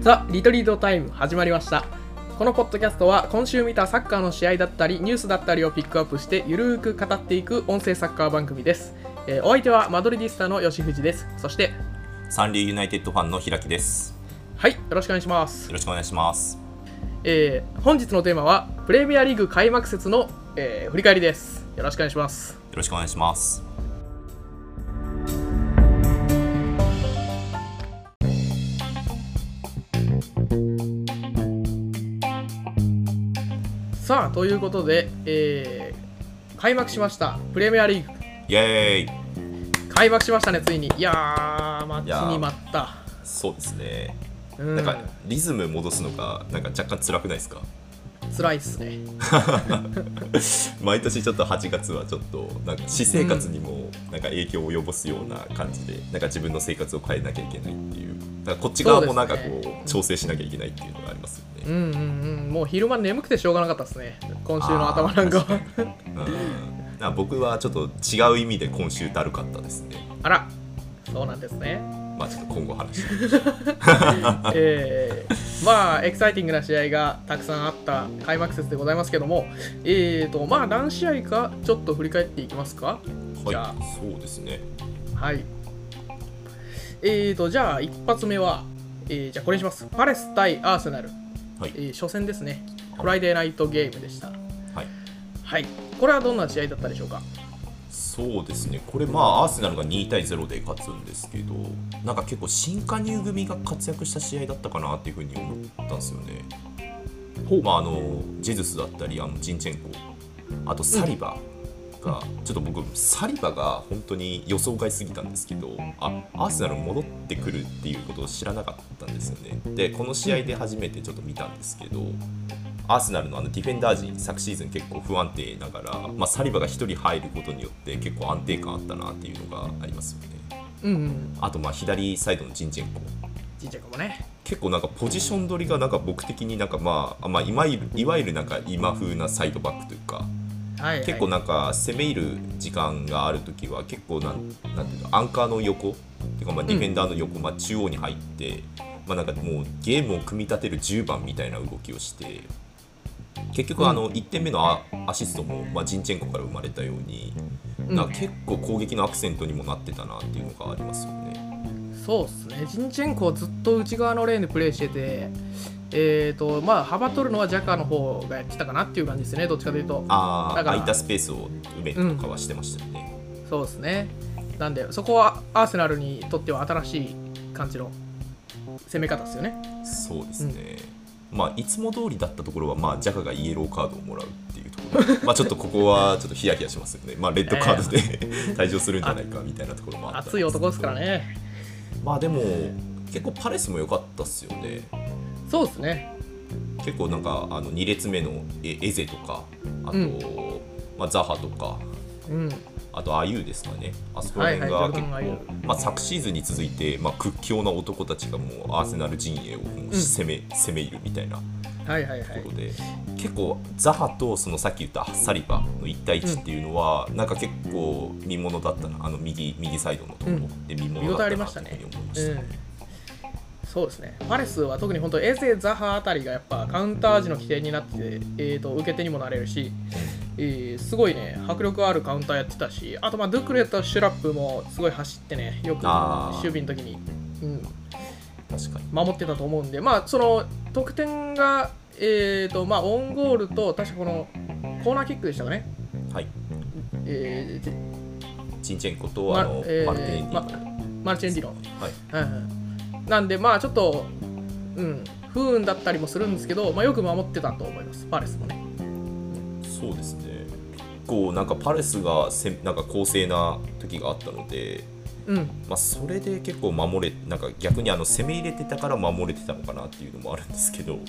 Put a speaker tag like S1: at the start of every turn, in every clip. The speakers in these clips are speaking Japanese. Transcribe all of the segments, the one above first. S1: ザ・リトリートタイム始まりましたこのポッドキャストは今週見たサッカーの試合だったりニュースだったりをピックアップしてゆるーく語っていく音声サッカー番組です、えーお相手はマドリディスタの吉藤ですそして
S2: 三流ユナイテッドファンの開きです。
S1: はいよろしくお願いします
S2: よ、ろしくお願いします。
S1: えー本日のテーマはプレミアリーグ開幕節の、えー振り返りですよろしくお願いします
S2: よろしくお願いします。
S1: さあということで、えー開幕しましたプレミアリーグ
S2: イエーイ。
S1: 開幕しましたねついにいやー待ちに待った
S2: そうですね。
S1: うん
S2: なんかリズム戻すのがなんか若干辛くないですか。
S1: 辛いっすね
S2: 毎年ちょっと8月はちょっとなんか私生活にもなんか影響を及ぼすような感じで、なんか自分の生活を変えなきゃいけないっていう。だからこっち側もなんかこ
S1: そうで
S2: う
S1: すね
S2: 調整しなきゃいけないっていうのがありますよ
S1: う
S2: ね。
S1: んうんうんもう昼間眠くてしょうがなかったですね今週の頭なんかは
S2: うん。だから僕はちょっと違う意味で今週だるかったですね。
S1: あらそうなんですね
S2: まあちょっと今後話して。
S1: えー、まあエキサイティングな試合がたくさんあった開幕節でございますけどもえーとまあ何試合かちょっと振り返っていきますかじゃあ
S2: はい。そうですね。
S1: はいえーとじゃあ一発目は、えーじゃあこれにしますパレス対アーセナル、
S2: はい
S1: えー初戦ですねフライデーナイトゲームでした
S2: はい。
S1: はいこれはどんな試合だったでしょうか
S2: そうですね、これ、まあ、アーセナルが2対0で勝つんですけど、なんか結構、新加入組が活躍した試合だったかなっていうふうに思ったんですよね。まあ、あのジェズスだったり、あのジンチェンコ、あとサリバが、ちょっと僕、サリバが本当に予想外すぎたんですけど、あアーセナル戻ってくるっていうことを知らなかったんですよね。で、この試合で初めてちょっと見たんですけど、アーセナルのあのディフェンダー陣、昨シーズン結構不安定ながら、まあ、サリバが1人入ることによって、結構安定感あったなっていうのがありますよね。
S1: うんうん
S2: あと、まあ左サイドのジンチェンコ。
S1: ちっちゃくもね
S2: 結構なんかポジション取りがなんか僕的になんかまあ、まあ、いわゆるいわゆるなんか今風なサイドバックというか
S1: はい、はい、
S2: 結構なんか攻め入る時間がある時は結構なんなんていうのアンカーの横っていうかまあディフェンダーの横、まあ、中央に入って、まあ、なんかもうゲームを組み立てる10番みたいな動きをして結局あの1点目のアアシストも、まあ、ジンチェンコから生まれたようになんか結構攻撃のアクセントにもなってたなっていうのがありますよね。
S1: そうっすね、ジンチェンコはずっと内側のレーンでプレーしてて、えーとまあ、幅取るのはジャカの方がやってたかなっていう感じですね、どっちかというと。
S2: あ
S1: だ
S2: あ
S1: から
S2: 空いたスペースを埋めるとかはしてましたよね。
S1: そうですねなんで、そこはアーセナルにとっては新しい感じの攻め方ですよね。
S2: そうですね、まあいつも通りだったところはまあジャカがイエローカードをもらうっていうところ まあちょっとここはちょっとヒヤヒヤしますよねまあレッドカードで退場するんじゃないかみたいなところもあったん
S1: 熱い男ですからね。
S2: まあでも結構パレスも良かったっすよね
S1: そうですね、
S2: 結構なんかあの2列目のエエゼとかあと、
S1: うん
S2: まあ、ザハとか
S1: うん、
S2: あとアユーですかねあそこら
S1: はいは
S2: 辺
S1: い、序盤
S2: が結構、
S1: が言う。
S2: まあ、昨シーズンに続いて、まあ、屈強な男たちがもうアーセナル陣営をもう攻め、攻め入るみたいな
S1: はいはいは
S2: とい
S1: いう
S2: こ。とで、結構ザハとそのさっき言ったサリバの1対1っていうのは、なんか結構見ものだったなあの右右サイドのところで見も
S1: 見
S2: の
S1: 応え
S2: だ
S1: あ
S2: っ
S1: り
S2: た
S1: ま
S2: な
S1: し
S2: と
S1: た
S2: いうふう
S1: ね
S2: に思いま。
S1: う
S2: した
S1: んそうですねパレスは特に本当エゼ、ザハあたりがやっぱカウンター時の起点になってて、えー、と受け手にもなれるし、えーすごいね迫力あるカウンターやってたしあとまあドゥクレとシュラップもすごい走ってねよく
S2: あー
S1: 守備の時に、うん、
S2: 確かに
S1: 守ってたと思うんでまあその得点が、えーとまあ、オウンゴールと確かこのコーナーキックでしたかね、
S2: はい
S1: えー
S2: チンチェンコとあの、
S1: まえー
S2: マルティネリの、
S1: まマルチェンディの。
S2: はい、
S1: はいはい、なんでまあちょっと、うん、不運だったりもするんですけど、まあ、よく守ってたと思いますパレスもね
S2: そうですね結構なんかパレスがせなんか公正な時があったので
S1: うん
S2: まあ、それで結構守れなんか逆にあの攻め入れてたから守れてたのかなっていうのもあるんですけど、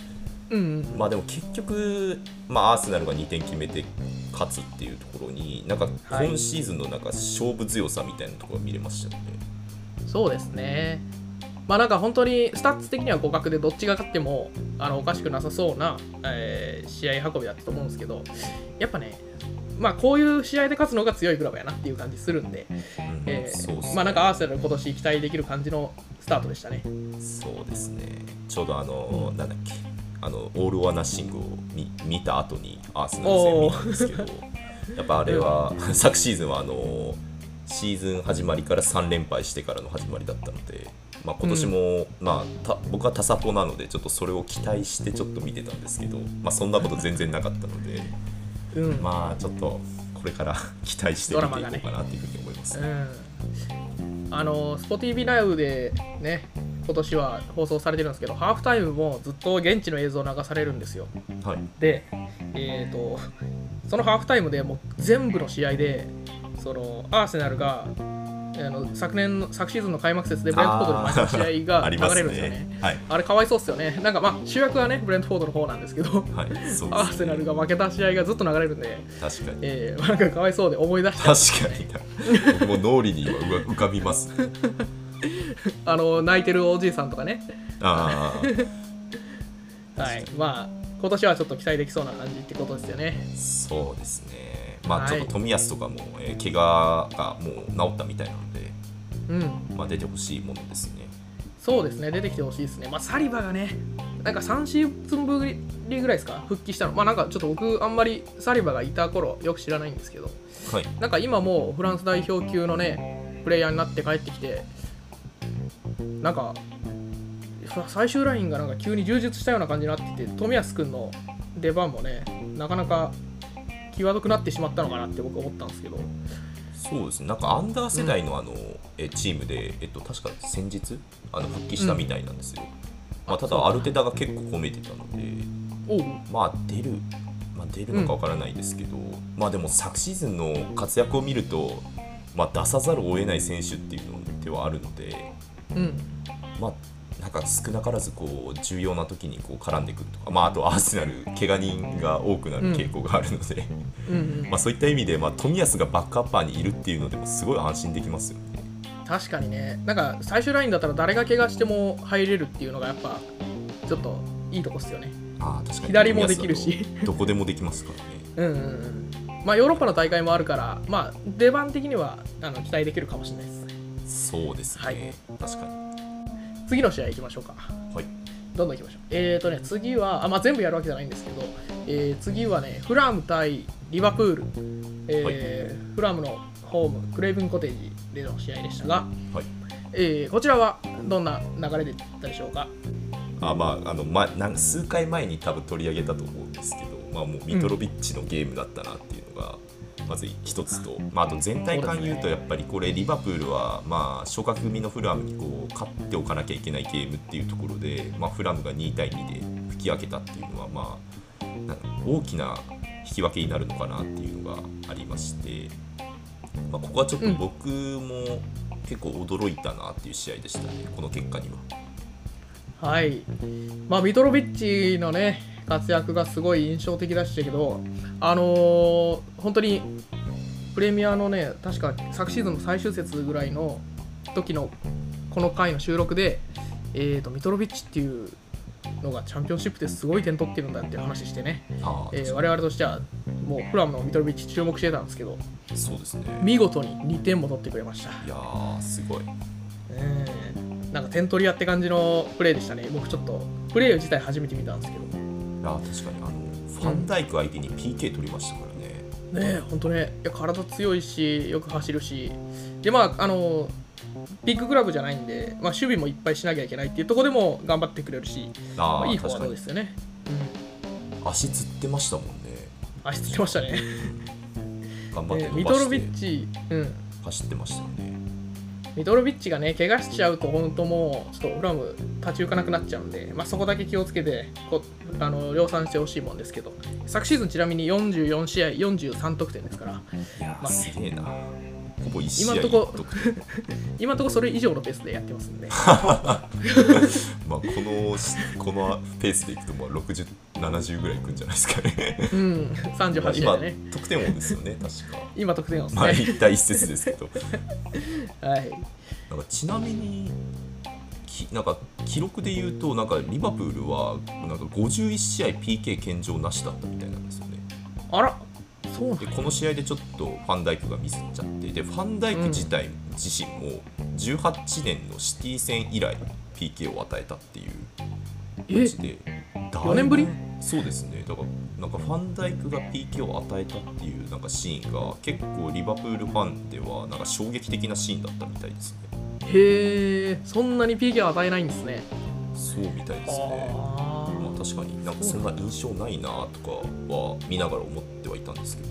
S1: うんうん
S2: まあでも結局、まあ、アーセナルが2点決めて勝つっていうところになんか
S1: はい
S2: 今シーズンのなんか勝負強さみたいなところが見れましたよね。
S1: そうですねまあなんか本当にスタッツ的には互角でどっちが勝ってもあのおかしくなさそうな、えー試合運びだったと思うんですけどやっぱねまあ、こういう試合で勝つのが強いクラブやなっていう感じするんで、
S2: うん
S1: えー
S2: そうっすね
S1: まあ、なんかアーセナル、今年期待できる感じのスタートでしたね。
S2: そうですねちょうどあの、なんだっけあのオール・オア・ナッシングを見見た後にアーセナル戦見たん ですけどやっぱあれは 昨シーズンはあのシーズン始まりから3連敗してからの始まりだったので、まあ、今年も、まあ、た僕はタサポなのでちょっとそれを期待してちょっと見てたんですけど、まあ、そんなこと全然なかったので
S1: うん
S2: まあちょっとこれから 期待して見ていこうかなというふうに思います、
S1: うんあの、スポティービナウでね、今年は放送されてるんですけど、ハーフタイムもずっと現地の映像流されるんですよ。
S2: はい
S1: で、えー、とそのハーフタイムでもう全部の試合でそのアーセナルがあの昨年の昨シーズンの開幕節でブレントフォードに負けた試合が
S2: あ
S1: 流
S2: ります
S1: れるんですよね。
S2: ねはい
S1: あれかわいそうっすよね。なんかまあ主役はね、ブレントフォードの方なんですけど、
S2: はいそうですね
S1: アーセナルが負けた試合がずっと流れるんで、
S2: 確かに
S1: えー、なんかかわいそうで思い出して、
S2: 確かにな僕も脳裏に今うわ浮かびます ね
S1: あの泣いてるおじいさんとかね、
S2: あ
S1: はい、まあ今年はちょっと期待できそうな感じってことですよね。
S2: あそうですねま
S1: は
S2: あ
S1: い
S2: ちょっと冨安とかも、えー怪我がもう治ったみたいなので、
S1: うん、
S2: まあ、出てほしいものですね
S1: そうですね、出てきてほしいですね。まあ、サリバがね、なんか3シーズンぶりぐらいですか、復帰したの。まあ、なんかちょっと僕、あんまりサリバがいた頃、よく知らないんですけど、
S2: はい
S1: なんか今もうフランス代表級のね、プレイヤーになって帰ってきて、なんか、さ最終ラインがなんか急に充実したような感じになってて、冨安君の出番もね、なかなか際どくなってしまったのかなって僕思ったんですけど、
S2: そうですねなんかアンダー世代のあの、えーチームで、えっと、確か先日あの復帰したみたいなんですよ、まあ、ただアルテタが結構褒めてたので
S1: おう、
S2: まあ出る、まあ、出るのかわからないですけど、まあでも昨シーズンの活躍を見ると、まあ、出さざるを得ない選手っていうのではあるので、
S1: うん、
S2: まあ、なんか少なからずこう重要な時にこう絡んでくるとか、まあ、あとアーセナル、怪我人が多くなる傾向があるので、
S1: うん、うん
S2: まあそういった意味で、まあ、冨安がバックアッパーにいるっていうのでもすごい安心できますよね。
S1: 確かにねなんか最終ラインだったら誰が怪我しても入れるっていうのがやっぱちょっといいとこっすよね
S2: ああ確かに
S1: 左もできるし
S2: 冨安だとどこでもできますからね。
S1: うんうんうんまあヨーロッパの大会もあるからまあ出番的にはあの期待できるかもしれないですね
S2: そうですね、
S1: はい
S2: 確かに。
S1: 次の試合行きましょうか
S2: はい、
S1: どんどん行きましょうえーとね次はあまあ全部やるわけじゃないんですけど、えー次はねフラム対リバプール、えーフラムのホームクレイブンコテージでの試合でしたが、
S2: はい
S1: えーこちらはどんな流れでったでしょうか
S2: あまああのまなんか数回前に多分取り上げたと思うんですけど、まあ、もうミトロビッチのゲームだったなっていうのがまず一つと、まあ、あと全体感言うとやっぱりこれリバプールはまあ昇格組のフラムにこう勝っておかなきゃいけないゲームっていうところで、まあ、フラムが2対2で引き分けたっていうのはまあなんか大きな引き分けになるのかなっていうのがありまして、まあ、ここはちょっと僕も結構驚いたなっていう試合でしたねこの結果には。
S1: はい、まあ、ミトロビッチのね活躍がすごい印象的でしたけど、あのー本当にプレミアのね、確か昨シーズンの最終節ぐらいの時のこの回の収録で、えー、とミトロビッチっていうのがチャンピオンシップですごい点取ってるんだっていう話してね、
S2: ああ
S1: えー我々としてはもうフラムのミトロビッチ注目してたんですけど、
S2: そうですね。
S1: 見事に2点も取ってくれました。
S2: いやーすごい。
S1: うんなんか点取り屋って感じのプレーでしたね、僕ちょっとプレー自体初めて見たんですけど、ね
S2: あー確かにあのファンダイク相手に PK 取りましたからね。
S1: え、本当ね、いや体強いし、よく走るし、で、まあ、あのビッグクラブじゃないんで、まあ、守備もいっぱいしなきゃいけないっていうところでも頑張ってくれるし、
S2: あ
S1: ま
S2: ー
S1: あ、いいフォワ
S2: 確
S1: ー
S2: か
S1: ドで
S2: に
S1: すよね。うん
S2: 足つってましたもんね。
S1: 足つきましたね、
S2: 頑張って
S1: え
S2: 伸
S1: ミ
S2: ば
S1: ト
S2: し
S1: ロビ
S2: て
S1: ッチ、うん、
S2: 走ってましたよね。
S1: ミトロビッチがね、怪我しちゃうと、本当もう、ちょっとフラム、立ち行かなくなっちゃうんで、まあ、そこだけ気をつけてこあの、量産してほしいもんですけど、昨シーズン、ちなみに44試合、43得点ですから、
S2: いや
S1: まあ
S2: ー、
S1: ね
S2: すげえな。ほぼ一試
S1: 今
S2: 合
S1: んと
S2: 一
S1: こ
S2: 得、
S1: 今んとこそれ以上のペースでやってますんで、
S2: まあこのし このペースでいくとまあ六十七十ぐらいいくんじゃないですかね。
S1: うん、
S2: まあ
S1: 38試合
S2: 今
S1: でね、
S2: 得点王ですよね確 か。
S1: 今、得点王です
S2: まあ
S1: ね。
S2: 一対一節ですけど。
S1: はい、
S2: なんかちなみにきなんか記録で言うとなんかリバプールはなんか51試合 PK 献上なしだったみたいなんですよね。
S1: あら、そうなん
S2: で
S1: や
S2: この試合でちょっとファンダイクがミスっちゃってでファンダイク自体、自身も18年のシティ戦以来 PK を与えたっていう
S1: え
S2: 感じで4
S1: 四年ぶり
S2: そうですねだからなんかファンダイクが PK を与えたっていうなんかシーンが結構リバプールファンではなんか衝撃的なシーンだったみたいですね
S1: へえそんなに PK を与えないんですね
S2: そうみたいですね
S1: あ
S2: まあ確かになんかそんな印象ないなとかは見ながら思ってはいたんですけど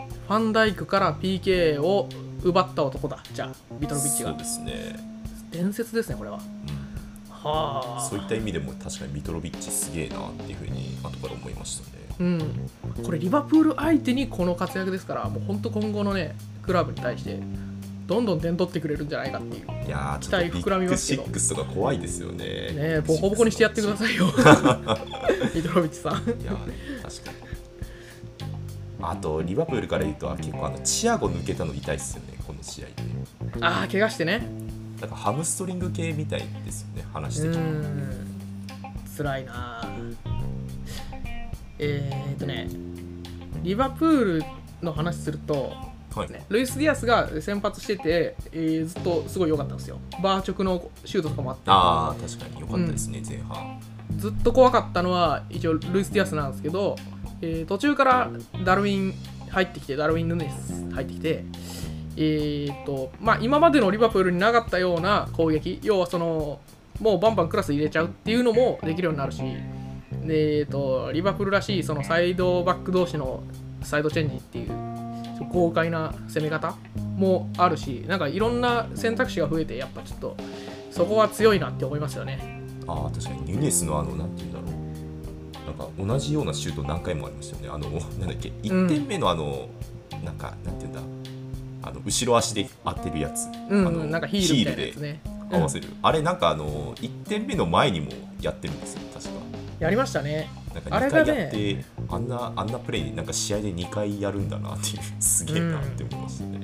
S1: ファンダイクから PK を奪った男だじゃあビトロビッチ
S2: そ
S1: が
S2: うですね、
S1: 伝説ですねこれは
S2: うん
S1: はあ
S2: そういった意味でも確かにミトロビッチすげえなっていうふうに後から思いましたね。
S1: うん、これリバプール相手にこの活躍ですからもう本当今後のねクラブに対してどんどん点取ってくれるんじゃないかっていうね
S2: いやー
S1: 期
S2: ちょっ
S1: 待
S2: とビ
S1: 膨らみ
S2: ッ
S1: ま
S2: グ
S1: すけ
S2: シ
S1: ど
S2: ックスとか怖いですよね。
S1: えボコボコにしてやってくだ
S2: い。
S1: さ いよミトロビッチさん
S2: いやー確かに。あとリバプールから言うと結構あのチアゴ抜けたの痛いっすよねこの試合で。
S1: ああ怪我してね
S2: なんかハムストリング系みたいですよね話
S1: う
S2: 的に。
S1: ん辛いなあえー、っとねリバプールの話すると
S2: はい。
S1: ねルイス・ディアスが先発してて、えーずっとすごい良かったんですよバー直のシュートとかもあって
S2: ああ確かに良かったですね、前半。
S1: ずっと怖かったのは一応ルイス・ディアスなんですけど、えー途中からダルウィン入ってきてダルウィン・ヌネス入ってきてえーとまあ、今までのリバプールになかったような攻撃要はそのもうバンバンクラス入れちゃうっていうのもできるようになるしでえーとリバプールらしいそのサイドバック同士のサイドチェンジっていう豪快な攻め方もあるしなんかいろんな選択肢が増えてやっぱちょっとそこは強いなって思いますよね。
S2: ああ確かにニュネスのあのなんていうんだろう。なんか同じようなシュート何回もありましたよね。あのなんだっけ
S1: うん
S2: 1点目のあの、なんかなんていうんだあの後ろ足で当てるやつ。
S1: うん
S2: あの
S1: なんかヒールみたいなやつね。
S2: 合わせる、あれなんかあの1点目の前にもやってるんですよ確か
S1: やりましたね。
S2: なんか
S1: あれ
S2: 2
S1: が
S2: 回
S1: ね
S2: やってあ,、んなあんなプレーなんか試合で2回やるんだなっていうすげえなって思いましたね、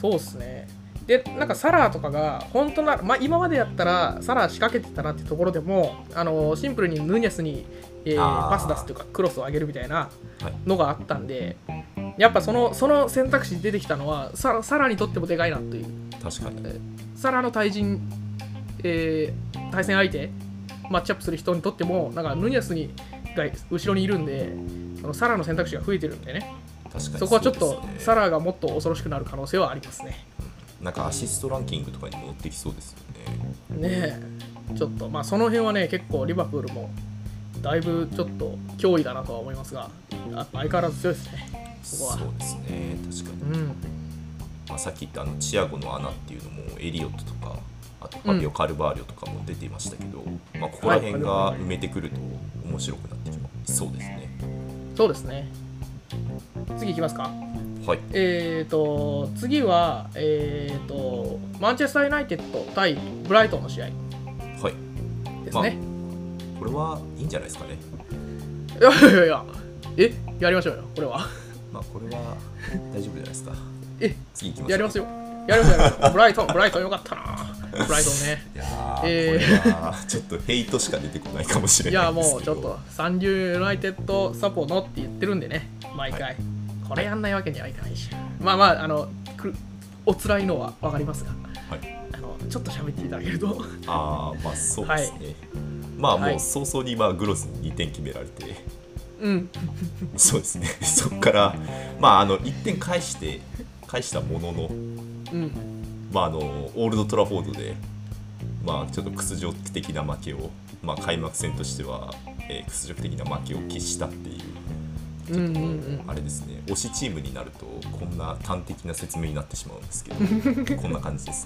S1: そうっすね。で、なんかサラーとかが、本当な、まあ、今までやったら、サラー仕掛けてたなってところでも、あのシンプルにヌニャスに、えー
S2: あー
S1: パス出すというか、クロスを上げるみたいな
S2: はい
S1: のがあったんで、やっぱそのその選択肢に出てきたのはサ、サラーにとってもでかいなという、
S2: 確かに
S1: サラーの対人、えー対戦相手、マッチアップする人にとっても、なんかヌニャスにが後ろにいるんで、そのサラーの選択肢が増えてるんでね。
S2: 確かに
S1: そこはちょっ
S2: そう
S1: と
S2: ですね
S1: サラーがもっと恐ろしくなる可能性はありますね。
S2: なんかアシストランキングとかにも乗ってきそうですよ
S1: ね
S2: ね
S1: え、ちょっとまあその辺はね、結構リバプールもだいぶちょっと脅威だなとは思いますが、あ相変わらず強いですね。そこは
S2: そうですね確かに、
S1: うん、
S2: まあ、さっき言ったあのチアゴの穴っていうのもエリオットとかあとファビオ・カルバーリョとかも出ていましたけど、まあ、ここら辺が埋めてくると面白くなってきますそうですね
S1: そうですね。次いきますか。
S2: はい
S1: えーと、次は、えーと、マンチェスター・ユナイテッド対ブライトンの試合
S2: はい
S1: ですね。
S2: これはいいんじゃないですかね
S1: いやいやいやいや、え、やりましょうよ、これは。
S2: まあこれは大丈夫じゃないですか。
S1: え、
S2: 次行きましょう。
S1: やります
S2: よ。
S1: よ。やりますよやります。ブライトン、ブライトンよかったな。ブライトンね。
S2: いやー、
S1: え
S2: これはちょっとヘイトしか出てこないかもしれ
S1: い
S2: な
S1: や
S2: いで
S1: も
S2: す
S1: う
S2: け
S1: ち
S2: ど。
S1: ょっとサンリューユナイテッドサポのって言ってるんでね毎回、
S2: は
S1: これやんないわけにはいかないしまあまああのくお辛いのは分かりますが
S2: はい。
S1: あのちょっと喋っていただけると
S2: ああまあそうですね。まあ
S1: は
S2: も
S1: いう
S2: 早々にまあグロスに2点決められて、
S1: うん
S2: そうですね。そこからまああの1点返して返したものの、
S1: うん
S2: まああのオールドトラフォードで。まあ、ちょっと屈辱的な負けを、まあ、開幕戦としては、えー屈辱的な負けを喫したっていう
S1: うんうんうん
S2: あれですね推しチームになるとこんな端的な説明になってしまうんですけ どこんな感じです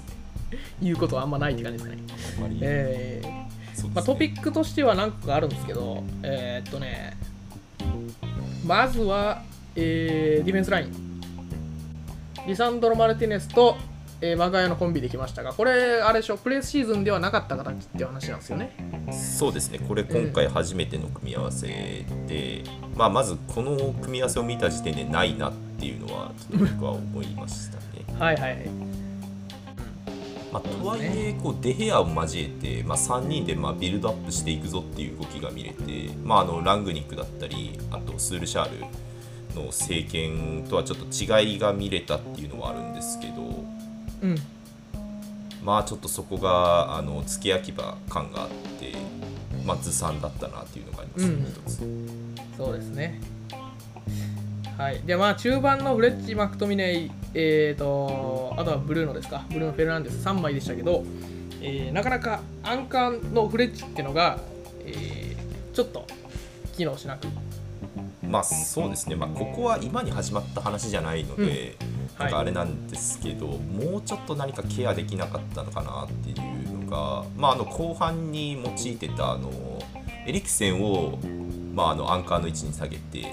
S2: ね。
S1: 言うことはあんまないって感じですね
S2: あんまり
S1: えー
S2: そうですね
S1: まあ、トピックとしては何個かあるんですけどえーっとねまずは、えーディフェンスラインリサンドロ・マルティネスと、えーマガヤのコンビできましたがこれあれでしょプレーシーズンではなかった形っていう話なんですよね
S2: そうですねこれ今回初めての組み合わせで、まあ、まずこの組み合わせを見た時点でないなっていうのはちょっと僕は思いましたね。
S1: はいはいはい
S2: まあ、とはいえこうデヘアを交えて、まあ、3人でまあビルドアップしていくぞっていう動きが見れて、まあ、あのラングニックだったりあとスールシャールの政権とはちょっと違いが見れたっていうのはあるんですけど、
S1: うん
S2: まあちょっとそこがあの付け焼き場感があって、まあ、ずさんだったなっていうのがありますね、
S1: うん
S2: 一つ。
S1: そうですね。はい、でまあ中盤のフレッチ・マクトミネイ、えー、とあとはブルーノですか、ブルーノ・フェルナンデス3枚でしたけど、えーなかなかアンカーのフレッチっていうのが、えーちょっと機能しなく、
S2: まあそうですね、まあ、ここは今に始まった話じゃないので、
S1: うん
S2: なんか
S1: はい
S2: あれなんですけど、もうちょっと何かケアできなかったのかなっていうのが、まあ、あの後半に用いてたあのエリクセンを、まあ、あのアンカーの位置に下げて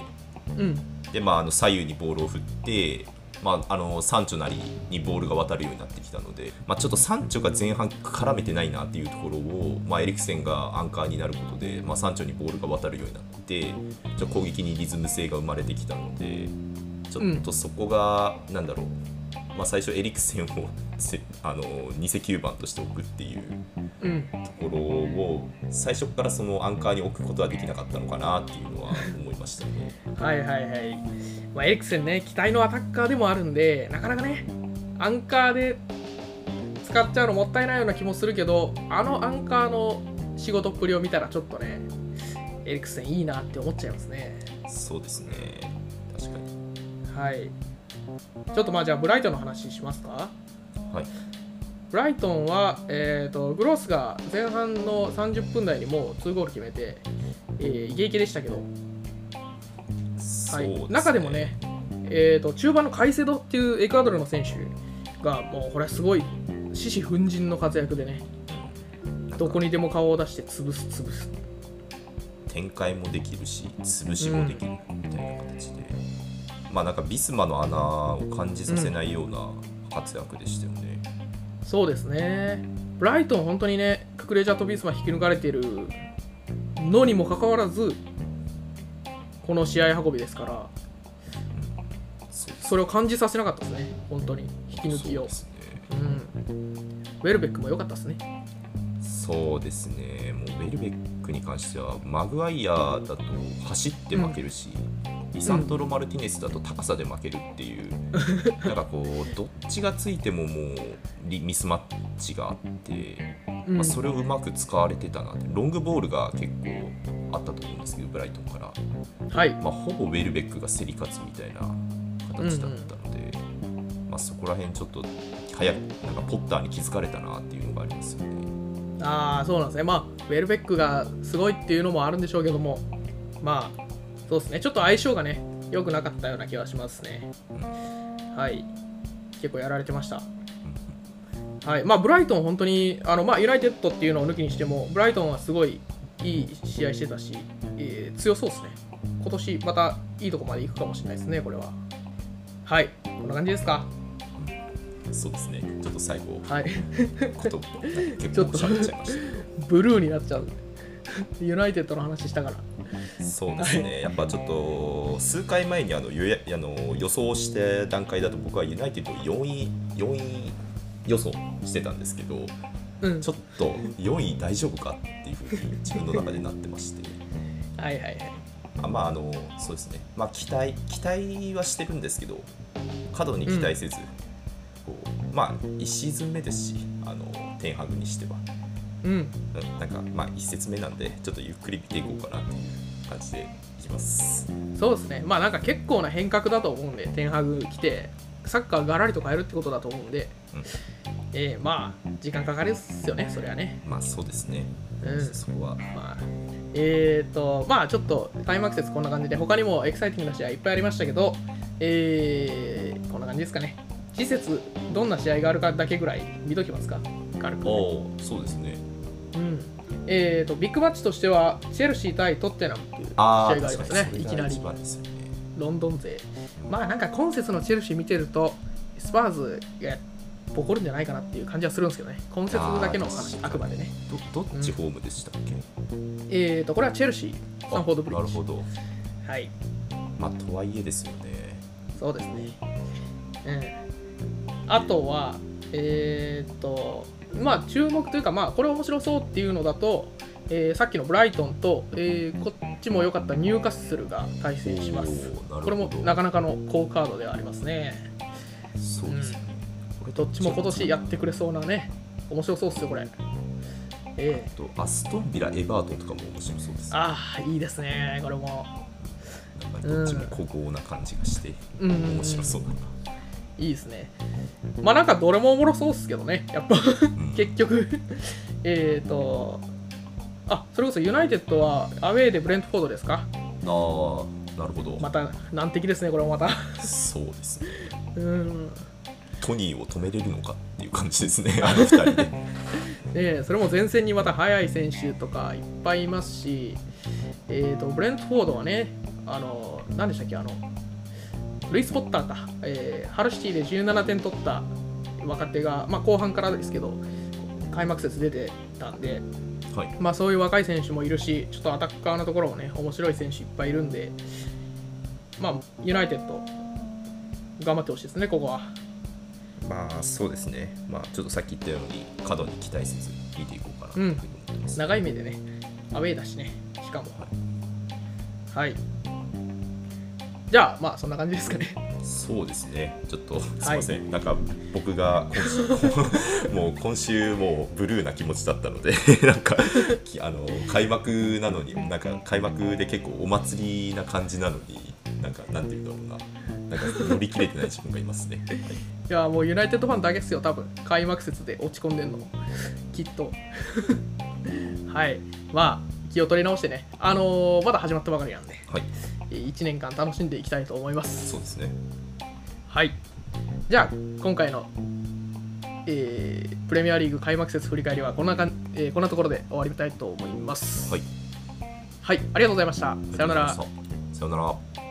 S1: うん、
S2: で、まあ、あの左右にボールを振って、まあ、あのサンチョなりにボールが渡るようになってきたので、まあ、ちょっとサンチョが前半絡めてないなっていうところを、まあ、エリクセンがアンカーになることで、まあ、サンチョにボールが渡るようになってちょっと攻撃にリズム性が生まれてきたのでちょっとそこが、なんだろう、まあ、最初エリクセンをせあの偽9番として置くっていう
S1: うん、
S2: ところを最初からそのアンカーに置くことはできなかったのかなっていうのは思いましたね。
S1: はいはいはい、まあ、エリクセンね、期待のアタッカーでもあるんで、なかなかね、アンカーで使っちゃうのもったいないような気もするけど、あのアンカーの仕事っぷりを見たら、ちょっとね、エリクセンいいなって思っちゃいますね。
S2: そうですね。確かに。
S1: はい。ちょっとまあじゃあブライトンの話しますか。
S2: はい。
S1: ブライトンは、えー、とグロスが前半の30分台にもう2ゴール決めて、えー、イケイケでしたけど、
S2: そ
S1: は
S2: う
S1: い
S2: す
S1: 中でもね、えー、と中盤のカイセドっていうエクアドルの選手がもうこれはすごい獅子奮陣の活躍でねどこにでも顔を出して潰す潰す
S2: 展開もできるし、潰しもできるみたいな形で、まあなんかビスマの穴を感じさせないような活躍でしたよね。
S1: そうですね。ブライトン、本当にね、ククレジャーとビスマ引き抜かれているのにもかかわらず、この試合運びですから、
S2: そうです
S1: それを感じさせなかったですね、本当に、引き抜き
S2: そう
S1: を
S2: で。すね。
S1: うん、ウェルベックも良かったですね。
S2: そうですね。もうウェルベックに関しては、マグワイヤーだと走って負けるし、リサントロ・マルティネスだと高さで負けるっていう、なんかこう、どっちがついてももうリミスマッチがあって。
S1: うん
S2: まあ、それをうまく使われてたなってロングボールが結構あったと思うんですけどブライトンから、
S1: はい、
S2: まあ、ほぼウェルベックが競り勝つみたいな形だったので、まあ、そこら辺ちょっと早くなんかポッターに気づかれたなっていうのがありますよね。
S1: ああ、そうなんですね、まあ、ウェルベックがすごいっていうのもあるんでしょうけども、まあ、そうですね、ちょっと相性がね、良くなかったような気がしますね。はい、結構やられてました。はいまあ、ブライトン、本当にあの、まあ、ユナイテッドっていうのを抜きにしても、ブライトンはすごいいい試合してたし、えー強そうですね。今年またいいとこまで行くかもしれないですね、これは。はい、こんな感じですか。
S2: そうですねちょっと最後
S1: はい、
S2: こと結構しゃべっちゃいましたけ
S1: ブルーになっちゃう。ユナイテッドの話したから。
S2: どそうですねやっぱちょっと数回前にあの予あの予想して段階だと僕はユナイテッド4位4位予想してたんですけど、
S1: うん、
S2: ちょっと4位大丈夫かっていうふうに自分の中でなってまして、
S1: はいはいはい。
S2: あまああのそうですね、まあ、期待期待はしてるんですけど、過度に期待せず、こうまあ1シーズン目ですし、あのテンハグにしては、
S1: うん、
S2: ななんかまあ1節目なんで、ちょっとゆっくり見ていこうかなっていう感じでいきます。
S1: そうですね、まあなんか結構な変革だと思うんで、テンハグ来て、サッカーがらりと変えるってことだと思うんで、
S2: うん
S1: えーまあ、時間かかるっすよね、それはね。
S2: まあそうですね、
S1: うん
S2: そこは、
S1: まあ、えーと、まあちょっと開幕節こんな感じで、他にもエキサイティングな試合いっぱいありましたけど、えー、こんな感じですかね。次節、どんな試合があるかだけぐらい見ときますか、軽く。
S2: おーそうですね、
S1: うんえー、とビッグマッチとしては、チェルシー対トッテナムっていう試合が
S2: あ
S1: あ
S2: ー
S1: りま
S2: 確
S1: す
S2: か
S1: ね、
S2: に
S1: い
S2: そ
S1: き
S2: れ
S1: な
S2: が一
S1: り
S2: 番ですよね。
S1: ロンドン勢。まあなんか今節のチェルシー見てると、スパーズがボコるんじゃないかなっていう感じはするんですけどね、今節だけの話
S2: あ、ー
S1: あくまでね。
S2: どどっちホームでしたっけ、
S1: えー、とこれはチェルシー、スタンフォードブリ
S2: あ
S1: ッ
S2: なるほ
S1: ジ。
S2: ど
S1: はい
S2: まあとはいえですよね
S1: そうですね。うん。あとは、えーっと、まあ、注目というか、まあ、これ面白そうっていうのだと、えーさっきのブライトンと、えーこっちも良かったニューカッスルが対戦します
S2: おーなるほど
S1: これもなかなかの好カードではありますね
S2: そうですね、これ
S1: どっちも今年やってくれそうなね面白そうっすよこれええ
S2: とアストンビラエバートンとかも面白そうです
S1: ああいいですねこれも
S2: なんかどっちも孤高な感じがして、
S1: うん
S2: 面白そうだな、
S1: いいですねまあなんかどれもおもろそうっすけどねやっぱ
S2: うん
S1: 結局えっとあそれこそユナイテッドはアウェーでブレントフォードですか
S2: ああなるほど、
S1: また難敵ですねこれもまた
S2: そうですね
S1: うん
S2: トニーを止めれるのかっていう感じです ねあの二人で
S1: ね、それも前線にまた速い選手とかいっぱいいますし、えー、とブレントフォードはね、あの何でしたっけ、あのルイス・ポッターか、えーハルシティで17点取った若手が、まあ、後半からですけど、開幕節出てたんで、
S2: はい
S1: まあ、そういう若い選手もいるし、ちょっとアタッカーのところもね、面白い選手いっぱいいるんで、まあ、ユナイテッド、頑張ってほしいですね、ここは。
S2: まあそうですねまあちょっとさっき言ったように過度に期待せず見ていこうかなというふうに思ってます、
S1: 長い目でね、アウェーだしね、しかも。はい。じゃあ、まあ、そんな感じですかね。
S2: そうですねちょっとすいません、なんか僕が今週 もう今週もうブルーな気持ちだったので なんかきあの開幕なのになんか開幕で結構お祭りな感じなのになんかなんていうんだろうななんか乗り切れてない自分がいますね、はい
S1: いや、もうユナイテッドファンだけっすよ、多分開幕節で落ち込んでんの。きっと。 はい。まあ、気を取り直してね、あのーまだ始まったばかりなんで、
S2: はい、
S1: 1年間楽しんでいきたいと思います。
S2: そうですね
S1: はい。じゃあ、今回の、えープレミアリーグ開幕節振り返りはこんなかん、えーこんなところで終わりたいと思います。
S2: はい
S1: はい、ありがとうございました。さようなら
S2: ありがとうございましたさようなら